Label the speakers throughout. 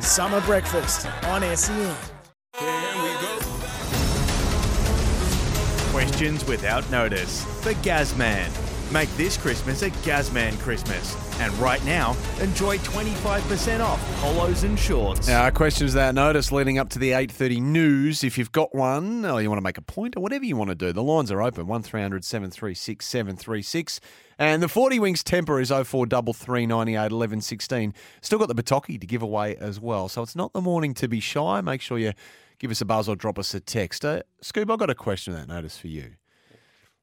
Speaker 1: Summer Breakfast on E SEN.
Speaker 2: Questions without notice. The Gazman. Make this Christmas a Gazman Christmas. And right now, enjoy 25% off polos and shorts.
Speaker 3: Now, our questions that notice leading up to the 8.30 news. If you've got one or you want to make a point or whatever you want to do, the lines are open, 1300 736 736. And the 40 Wings temper is 0433 98 11 16. Still got the Bataki to give away as well. So it's not the morning to be shy. Make sure you give us a buzz or drop us a text. Uh, Scoob, I've got a question that notice for you.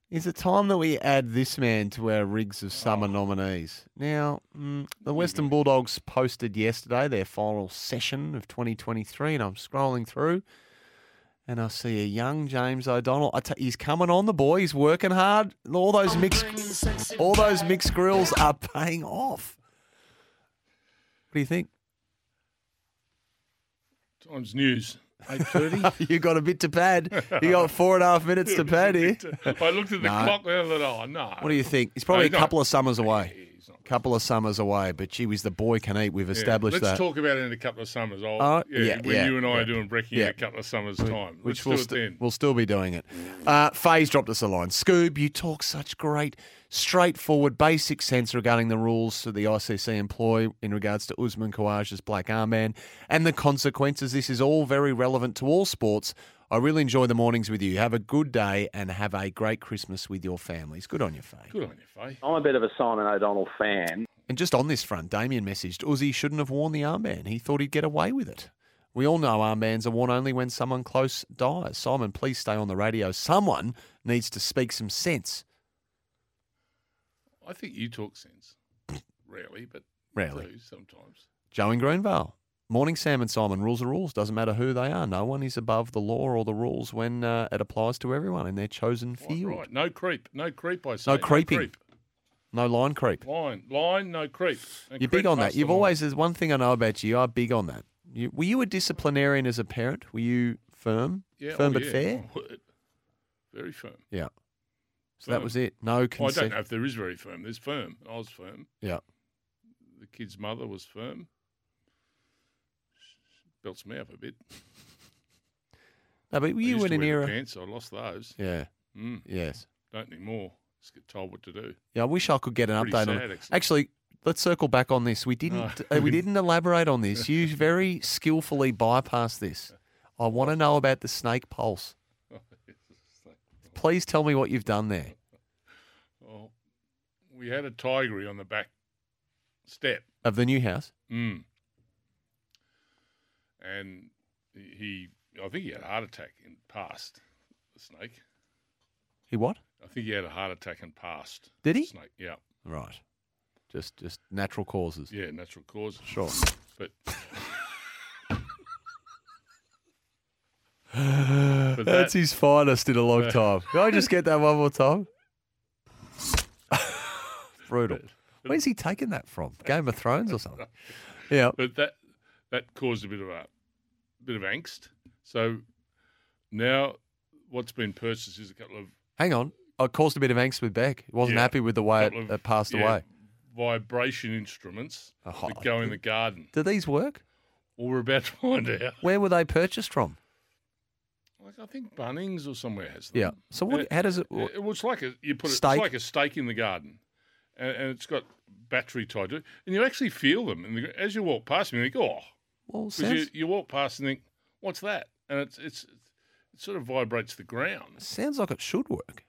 Speaker 3: Is it time that we add this man to our rigs of summer nominees? Now, mm, the Western Bulldogs posted yesterday their final session of 2023, and I'm scrolling through, and I see a young James O'Donnell. I t- he's coming on the boy. He's working hard. All those mixed, all those mixed grills are paying off. What do you think?
Speaker 4: Times News, 8.30.
Speaker 3: You got a bit to pad. You got four and a half minutes to pad here.
Speaker 4: I looked at the
Speaker 3: No.
Speaker 4: clock and I thought, oh, no.
Speaker 3: What do you think? He's probably
Speaker 4: he's
Speaker 3: a
Speaker 4: not-
Speaker 3: couple of summers away.
Speaker 4: He's not-
Speaker 3: couple of summers away, but gee was the boy can eat. We've
Speaker 4: Yeah,
Speaker 3: established
Speaker 4: Let's
Speaker 3: that.
Speaker 4: talk about it in a couple of summers. I'll,
Speaker 3: Oh,
Speaker 4: yeah,
Speaker 3: yeah,
Speaker 4: when
Speaker 3: yeah,
Speaker 4: you and I
Speaker 3: yeah.
Speaker 4: are doing brekkie
Speaker 3: Yeah.
Speaker 4: in a couple of summers' time.
Speaker 3: Which
Speaker 4: Let's
Speaker 3: we'll,
Speaker 4: do it
Speaker 3: st-
Speaker 4: then.
Speaker 3: we'll still be doing it. Uh, Faye's dropped us a line. Scoob, you talk such great, straightforward, basic sense regarding the rules that the ICC employ in regards to Usman Khawaja's black armband and the consequences. This is all very relevant to all sports. I really enjoy the mornings with you. Have a good day and have a great Christmas with your families. Good on you, Faye.
Speaker 4: Good on you, Faye.
Speaker 5: I'm a bit of a Simon O'Donnell fan.
Speaker 3: And just on this front, Damien messaged Uzi shouldn't have worn the armband. He thought he'd get away with it. We all know armbands are worn only when someone close dies. Simon, please stay on the radio. Someone needs to speak some sense.
Speaker 4: I think you talk sense. Rarely, but
Speaker 3: Rarely.
Speaker 4: do sometimes.
Speaker 3: Joe in Greenvale. Morning, Sam and Simon. Rules are rules. Doesn't matter who they are. No one is above the law or the rules when uh, it applies to everyone in their chosen
Speaker 4: Quite
Speaker 3: field.
Speaker 4: right. No creep. No creep, I say.
Speaker 3: creeping.
Speaker 4: creep.
Speaker 3: No line creep.
Speaker 4: Line. Line, no creep. And
Speaker 3: You're
Speaker 4: creep
Speaker 3: big on
Speaker 4: past
Speaker 3: that.
Speaker 4: the
Speaker 3: You've
Speaker 4: line.
Speaker 3: always, there's one thing I know about you. You are big on that. You, were you a disciplinarian as a parent? Were you firm?
Speaker 4: Yeah,
Speaker 3: firm
Speaker 4: oh,
Speaker 3: but
Speaker 4: yeah.
Speaker 3: fair?
Speaker 4: Oh, Very firm.
Speaker 3: Yeah. So that
Speaker 4: Firm.
Speaker 3: was it. No
Speaker 4: Mm. Well, I don't
Speaker 3: concession.
Speaker 4: know if there is very firm. There's firm. I was firm.
Speaker 3: yeah.
Speaker 4: The kid's mother was firm. Belts me up a bit.
Speaker 3: No, but
Speaker 4: I
Speaker 3: you
Speaker 4: used
Speaker 3: were in
Speaker 4: to
Speaker 3: an
Speaker 4: wear the
Speaker 3: era.
Speaker 4: Pants. I lost those.
Speaker 3: Yeah.
Speaker 4: Mm,
Speaker 3: Yes.
Speaker 4: don't anymore. Just get told what to do.
Speaker 3: Yeah. I wish I could get an
Speaker 4: Pretty
Speaker 3: update on.
Speaker 4: sad,
Speaker 3: it.
Speaker 4: actually. Oh.
Speaker 3: Actually, let's circle back on this. We didn't. uh, we didn't elaborate on this. You very skillfully bypassed this. I want to know about the snake pulse. Please tell me what you've done there.
Speaker 4: Oh, we had a tigery on the back step.
Speaker 3: Of the new house,
Speaker 4: Mm. And he, I think he had a heart attack and passed the snake.
Speaker 3: he what?
Speaker 4: I think he had a heart attack and passed.
Speaker 3: Did
Speaker 4: the
Speaker 3: he?
Speaker 4: Snake. Yeah.
Speaker 3: Right, just just natural causes.
Speaker 4: Yeah. Natural cause.
Speaker 3: Sure.
Speaker 4: But. But that-
Speaker 3: That's his finest in a long time. Can I just get that one more time? Brutal. Where's he taking that from? Game of Thrones or something? Yeah.
Speaker 4: but that that caused a bit of a bit of angst. So now what's been purchased is a couple of
Speaker 3: Hang on. I caused a bit of angst with Beck. He wasn't
Speaker 4: Yeah.
Speaker 3: happy with the way it,
Speaker 4: couple of,
Speaker 3: it passed
Speaker 4: yeah,
Speaker 3: away.
Speaker 4: Vibration instruments
Speaker 3: Oh,
Speaker 4: that go in the garden.
Speaker 3: Do these work?
Speaker 4: Well, we're about to find out.
Speaker 3: Where were they purchased from?
Speaker 4: Like I think Bunnings or somewhere has them.
Speaker 3: Yeah. So what?
Speaker 4: Uh,
Speaker 3: how does it?
Speaker 4: Uh,
Speaker 3: work?
Speaker 4: Well, it's like a you put it, it's
Speaker 3: Stake.
Speaker 4: like a stake in the garden, and, and it's got battery tied to it, and you actually feel them. And the, as you walk past them, you think, oh,
Speaker 3: Well,
Speaker 4: because you,
Speaker 3: sounds,
Speaker 4: you walk past and think, what's that? And it's it's it sort of vibrates the ground.
Speaker 3: sounds like it should work.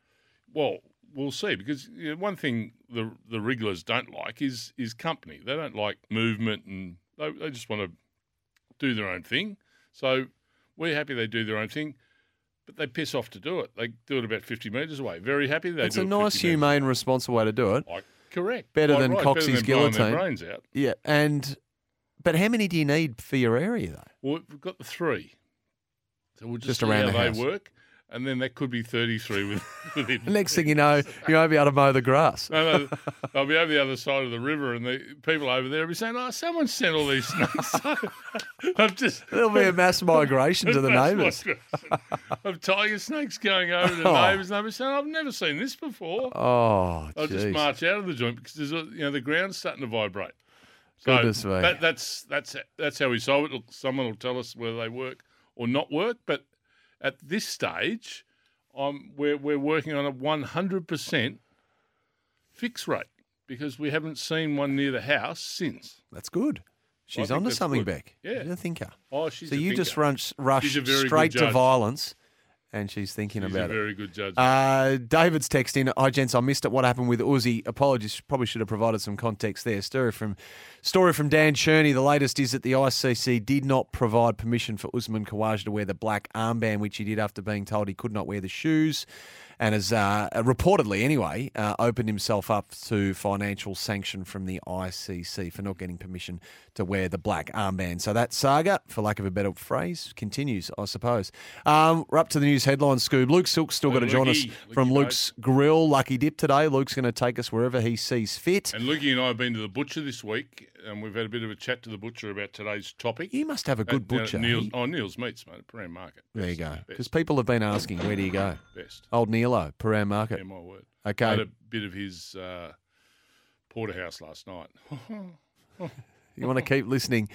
Speaker 4: Well, we'll see because you know, one thing the the wrigglers don't like is is company. They don't like movement and they, they just want to do their own thing. So we're happy they do their own thing, but they piss off to do it. They do it about fifty metres away. Very happy they
Speaker 3: It's
Speaker 4: do
Speaker 3: a
Speaker 4: it
Speaker 3: nice,
Speaker 4: 50 metres
Speaker 3: humane, responsible way to do it.
Speaker 4: away. Like, correct.
Speaker 3: Better
Speaker 4: Quite
Speaker 3: than Coxie's
Speaker 4: right. better than blowing their
Speaker 3: guillotine.
Speaker 4: brains out.
Speaker 3: Yeah, and But how many do you need for your area though?
Speaker 4: Well, we've got the three. So we'll
Speaker 3: Just
Speaker 4: just, see
Speaker 3: around
Speaker 4: how
Speaker 3: the
Speaker 4: they
Speaker 3: house.
Speaker 4: work. And then that could be 33 with, within.
Speaker 3: Next thing you know, you won't be able to mow the grass.
Speaker 4: No, no, I'll be over the other side of the river, and the people over there will be saying, "Oh, someone sent all these snakes." I've just
Speaker 3: There'll be a mass migration to the neighbours.
Speaker 4: That's what- of tiger snakes going over to
Speaker 3: Oh.
Speaker 4: neighbours, neighbours saying, "I've never seen this before."
Speaker 3: Oh,
Speaker 4: I'll just
Speaker 3: jeez.
Speaker 4: march out of the joint because there's a, you know the ground's starting to vibrate.
Speaker 3: Goodness me.
Speaker 4: that, that's that's that's how we solve it. Look, someone will tell us whether they work or not work, but at this stage, um, we're we're working on a 100 percent fix rate because we haven't seen one near the house since.
Speaker 3: That's good. She's
Speaker 4: think
Speaker 3: onto
Speaker 4: that's
Speaker 3: something,
Speaker 4: good.
Speaker 3: Beck.
Speaker 4: Yeah.
Speaker 3: She's a thinker.
Speaker 4: Oh, she's
Speaker 3: so
Speaker 4: a
Speaker 3: you just
Speaker 4: thinker.
Speaker 3: run, rush
Speaker 4: She's a very good
Speaker 3: straight to
Speaker 4: judge.
Speaker 3: violence, and she's thinking
Speaker 4: She's a
Speaker 3: about it.
Speaker 4: very good judge.
Speaker 3: Uh, David's texting. Hi, gents. I missed it. What happened with Uzi? Apologies. Probably should have provided some context there. Story from story from Dan Cherney. The latest is that the ICC did not provide permission for Usman Khawaja to wear the black armband, which he did after being told he could not wear the shoes, and has uh, reportedly, anyway, uh, opened himself up to financial sanction from the ICC for not getting permission to wear the black armband. So that saga, for lack of a better phrase, continues, I suppose. Um, we're up to the news headlines, Scoob. Luke Silk's still
Speaker 4: Hey,
Speaker 3: got to join us
Speaker 4: Lukey. Lukey,
Speaker 3: from
Speaker 4: mate.
Speaker 3: Luke's Grill Lucky Dip today. Luke's going to take us wherever he sees fit.
Speaker 4: and Lukey and I have been to the butcher this week, and we've had a bit of a chat to the butcher about today's topic.
Speaker 3: You must have a good
Speaker 4: At, uh,
Speaker 3: butcher.
Speaker 4: Neil's,
Speaker 3: He-
Speaker 4: oh, Neil's Meats, mate, at Param Market.
Speaker 3: there you
Speaker 4: Best,
Speaker 3: go.
Speaker 4: Best,
Speaker 3: Because people have been asking, where do you go?
Speaker 4: best.
Speaker 3: Old Neilo, Param Market.
Speaker 4: Yeah, my word.
Speaker 3: Okay.
Speaker 4: Had a bit of his uh, porterhouse last night.
Speaker 3: You want to keep listening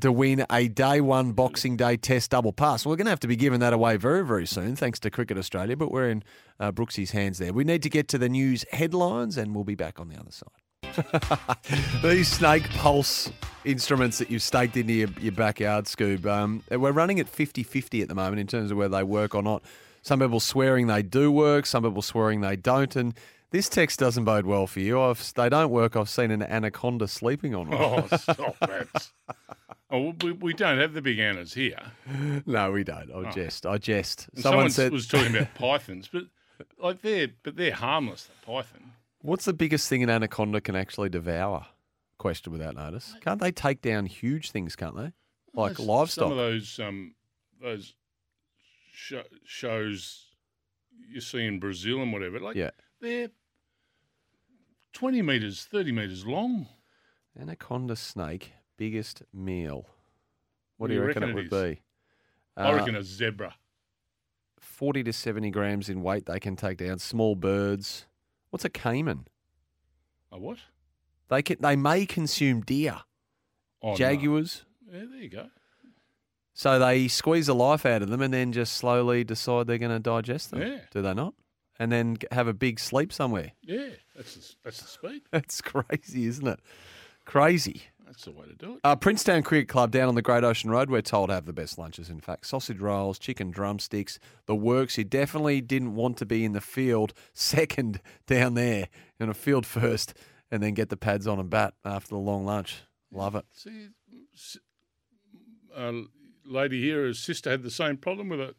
Speaker 3: to win a day one Boxing Day Test double pass. We're going to have to be giving that away very, very soon, thanks to Cricket Australia, but we're in uh, Brooksy's hands there. We need to get to the news headlines and we'll be back on the other side. These snake pulse instruments that you've staked into your, your backyard, Scoob, um, we're running at 50 50 at the moment in terms of whether they work or not. Some people swearing they do work, some people swearing they don't. And this text doesn't bode well for you. I've, they don't work. I've seen an anaconda sleeping on one.
Speaker 4: oh, stop that. Oh, we, we don't have the big annas here.
Speaker 3: No, we don't. I jest. I jest.
Speaker 4: And
Speaker 3: Someone,
Speaker 4: someone
Speaker 3: said,
Speaker 4: was talking about pythons, but like they're but they're harmless. The python.
Speaker 3: "What's the biggest thing an anaconda can actually devour?" Question without notice. Can't they take down huge things? Can't they? Like
Speaker 4: Those-
Speaker 3: livestock.
Speaker 4: Oh, Some of those um, those sho shows you see in Brazil and whatever, like
Speaker 3: Yeah.
Speaker 4: they're twenty meters, thirty meters long.
Speaker 3: Anaconda snake biggest meal. What
Speaker 4: What
Speaker 3: do you reckon, it would
Speaker 4: is?
Speaker 3: be?
Speaker 4: I
Speaker 3: Uh,
Speaker 4: reckon a zebra.
Speaker 3: forty to seventy grams in weight. They can take down small birds. What's a caiman?
Speaker 4: A what?
Speaker 3: They can. They may consume deer,
Speaker 4: Oh, no.
Speaker 3: jaguars.
Speaker 4: Yeah, there you go.
Speaker 3: So they squeeze the life out of them and then just slowly decide they're going to digest them.
Speaker 4: Yeah.
Speaker 3: Do they not? And then g- have a big sleep somewhere.
Speaker 4: Yeah, that's the, that's the speed.
Speaker 3: That's crazy, isn't it? Crazy.
Speaker 4: That's the way to do it.
Speaker 3: Uh, Princetown Cricket Club down on the Great Ocean Road, we're told, have the best lunches, in fact. Sausage rolls, chicken drumsticks, the works. You definitely didn't want to be in the field second down there, in a field first, and then get the pads on and bat after the long lunch. Love it.
Speaker 4: See, s- a lady here, her sister had the same problem with it.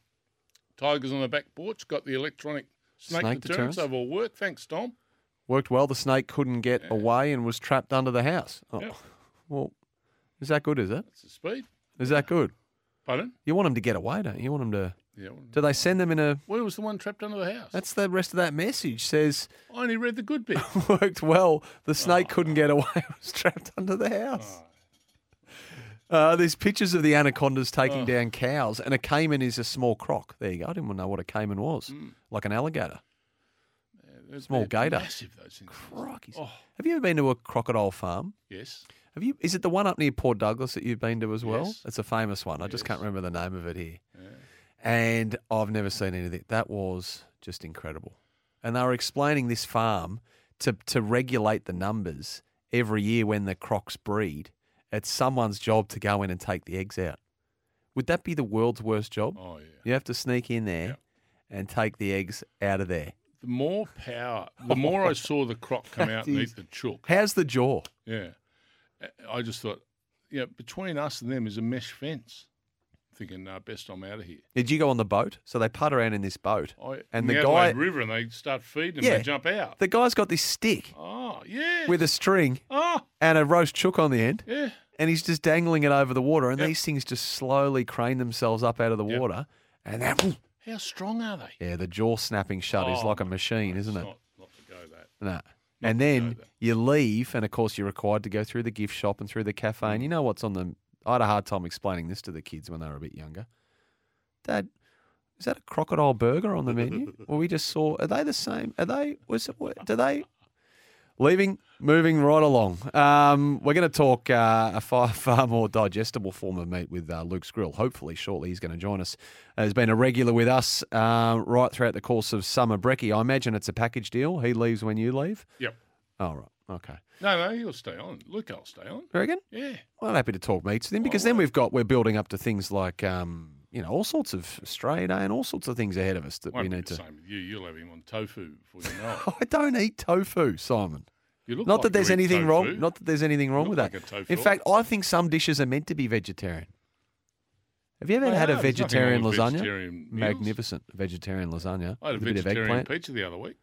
Speaker 4: Tigers on the back porch got the electronic snake,
Speaker 3: Snake deterrents?
Speaker 4: deterrents. They've all worked. Thanks, Tom.
Speaker 3: Worked well. The snake couldn't get away and was trapped under the house. Oh,
Speaker 4: Yep.
Speaker 3: Well, is that good, is it?
Speaker 4: That's the speed.
Speaker 3: Is that good?
Speaker 4: Pardon?
Speaker 3: You want them to get away, don't you? You want them to.
Speaker 4: Yeah. well,
Speaker 3: Do they send them in a.
Speaker 4: Where was the one trapped under the house?
Speaker 3: That's the rest of that message says
Speaker 4: I only read the good bit.
Speaker 3: worked well. The snake couldn't get away. It was trapped under the house. Uh, there's pictures of the anacondas taking down cows, and a caiman is a small croc. There you go. I didn't know what a caiman was. Like an alligator.
Speaker 4: They're-
Speaker 3: Small
Speaker 4: they're
Speaker 3: gator.
Speaker 4: Massive, those things.
Speaker 3: Crikey.
Speaker 4: Oh.
Speaker 3: Have you ever been to a crocodile farm?
Speaker 4: Yes.
Speaker 3: Have you? Is it the one up near Port Douglas that you've been to as well?
Speaker 4: Yes.
Speaker 3: It's a famous one. I just can't remember the name of it here. And I've never seen anything. That was just incredible. And they were explaining this farm to to regulate the numbers every year when the crocs breed. It's someone's job to go in and take the eggs out. Would that be the world's worst job?
Speaker 4: Oh, yeah.
Speaker 3: You have to sneak in there and take the eggs out of there.
Speaker 4: The more power, the more I saw the croc come out and
Speaker 3: That is-
Speaker 4: eat the chook.
Speaker 3: How's the jaw?
Speaker 4: Yeah. I- I just thought, you know, between us and them is a mesh fence. Thinking, no, best I'm out of here.
Speaker 3: Did you go on the boat? So they putt around in this boat,
Speaker 4: I,
Speaker 3: and
Speaker 4: in
Speaker 3: the guy
Speaker 4: Adelaide River and they start feeding them,
Speaker 3: Yeah.
Speaker 4: they jump out.
Speaker 3: The guy's got this stick
Speaker 4: oh, yeah.
Speaker 3: with a string
Speaker 4: oh,
Speaker 3: and a roast chook on the end,
Speaker 4: yeah.
Speaker 3: and he's just dangling it over the water, and
Speaker 4: Yep.
Speaker 3: these things just slowly crane themselves up out of the
Speaker 4: Yep.
Speaker 3: water, and that,
Speaker 4: How strong are they?
Speaker 3: yeah, the jaw snapping shut is
Speaker 4: Oh,
Speaker 3: like a
Speaker 4: my
Speaker 3: machine, isn't
Speaker 4: It's
Speaker 3: it?
Speaker 4: Not, not to go that.
Speaker 3: No. And
Speaker 4: to go
Speaker 3: then
Speaker 4: there.
Speaker 3: you leave, and of course you're required to go through the gift shop and through the cafe. And you know what's on the? I had a hard time explaining this to the kids when they were a bit younger. Dad, is that a crocodile burger on the menu? well, we just saw. Are they the same? Are they? Was it? what- Do they? Leaving, moving right along. Um, we're going to talk uh, a far, far more digestible form of meat with uh, Luke Skrill. Hopefully, shortly he's going to join us. Uh, He's been a regular with us uh, right throughout the course of summer brekkie. I imagine it's a package deal. He leaves when you leave.
Speaker 4: Yep.
Speaker 3: Oh, right. Okay.
Speaker 4: No, no, you'll stay on. Look, I'll stay on.
Speaker 3: You reckon?
Speaker 4: Yeah.
Speaker 3: Well, happy to talk meats then because then we've got, we're building up to things like, um, you know, all sorts of Australia Day and all sorts of things ahead of us that
Speaker 4: Won't
Speaker 3: we
Speaker 4: be
Speaker 3: need
Speaker 4: the
Speaker 3: to.
Speaker 4: same with you. You'll have him on tofu before you know
Speaker 3: I
Speaker 4: it.
Speaker 3: don't eat tofu, Simon.
Speaker 4: You look
Speaker 3: Not
Speaker 4: like
Speaker 3: that there's
Speaker 4: you eat
Speaker 3: anything wrong.
Speaker 4: tofu.
Speaker 3: Not that there's anything wrong with
Speaker 4: look
Speaker 3: that.
Speaker 4: like a tofu.
Speaker 3: In fact, I think some dishes are meant to be vegetarian. Have you ever
Speaker 4: They
Speaker 3: had a
Speaker 4: are. There's nothing
Speaker 3: vegetarian
Speaker 4: wrong with
Speaker 3: lasagna?
Speaker 4: vegetarian meals.
Speaker 3: Magnificent vegetarian lasagna.
Speaker 4: I had a
Speaker 3: with bit of
Speaker 4: vegetarian
Speaker 3: eggplant.
Speaker 4: pizza the other week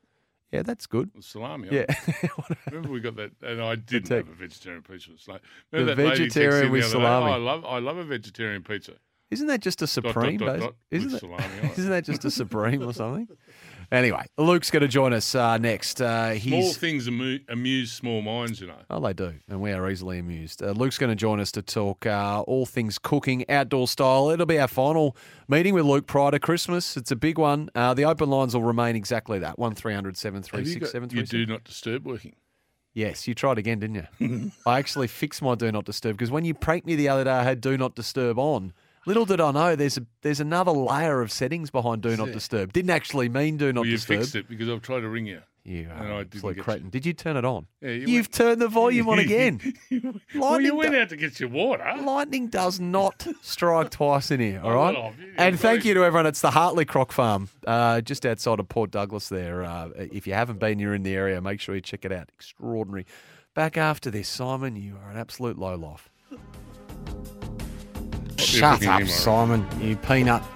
Speaker 3: Yeah, that's good.
Speaker 4: with salami. on
Speaker 3: Yeah.
Speaker 4: it. Remember we got that, and I didn't
Speaker 3: tech-
Speaker 4: have a vegetarian pizza with salami. Remember
Speaker 3: The
Speaker 4: that lady texted
Speaker 3: vegetarian
Speaker 4: the
Speaker 3: with
Speaker 4: other day,
Speaker 3: salami.
Speaker 4: "Oh, I love, I love a vegetarian pizza.
Speaker 3: Isn't that just a
Speaker 4: dot,
Speaker 3: supreme?
Speaker 4: dot,
Speaker 3: basi-
Speaker 4: dot,
Speaker 3: isn't,
Speaker 4: with
Speaker 3: that,
Speaker 4: salami on it.
Speaker 3: isn't that just a supreme or something? Anyway, Luke's going to join us uh, next. Uh,
Speaker 4: Small
Speaker 3: he's
Speaker 4: things amu- amuse small minds, you know.
Speaker 3: Oh, they do, and we are easily amused. Uh, Luke's going to join us to talk uh, all things cooking, outdoor style. It'll be our final meeting with Luke prior to Christmas. It's a big one. Uh, the open lines will remain exactly that one three hundred seven three
Speaker 4: Have you
Speaker 3: Oh, six
Speaker 4: got-
Speaker 3: seven
Speaker 4: you
Speaker 3: three
Speaker 4: do
Speaker 3: six.
Speaker 4: not disturb working.
Speaker 3: Yes, you tried again, didn't you? I actually fixed my do not disturb because when you pranked me the other day, I had do not disturb on. Little did I know, there's a, there's another layer of settings behind do not disturb. Didn't actually mean do not
Speaker 4: well, you
Speaker 3: disturb.
Speaker 4: fixed it because I've tried to ring you.
Speaker 3: You are
Speaker 4: And I
Speaker 3: an
Speaker 4: didn't
Speaker 3: absolute
Speaker 4: get you.
Speaker 3: cretin. Did you turn it on?
Speaker 4: Yeah, you
Speaker 3: You've
Speaker 4: went-
Speaker 3: turned the volume on again.
Speaker 4: well,
Speaker 3: Lightning
Speaker 4: you went
Speaker 3: do-
Speaker 4: out to get your water.
Speaker 3: Lightning does not strike twice in here, all
Speaker 4: Oh,
Speaker 3: right?
Speaker 4: well, I've- you've
Speaker 3: and
Speaker 4: got
Speaker 3: thank
Speaker 4: it.
Speaker 3: you to everyone. It's the Hartley Croc Farm, uh, just outside of Port Douglas there. Uh, if you haven't been, you're in the area, make sure you check it out. Extraordinary. Back after this, Simon, you are an absolute lowlife.
Speaker 4: be a
Speaker 6: Shut
Speaker 4: fucking
Speaker 6: up,
Speaker 4: humorist.
Speaker 6: Simon, you peanut.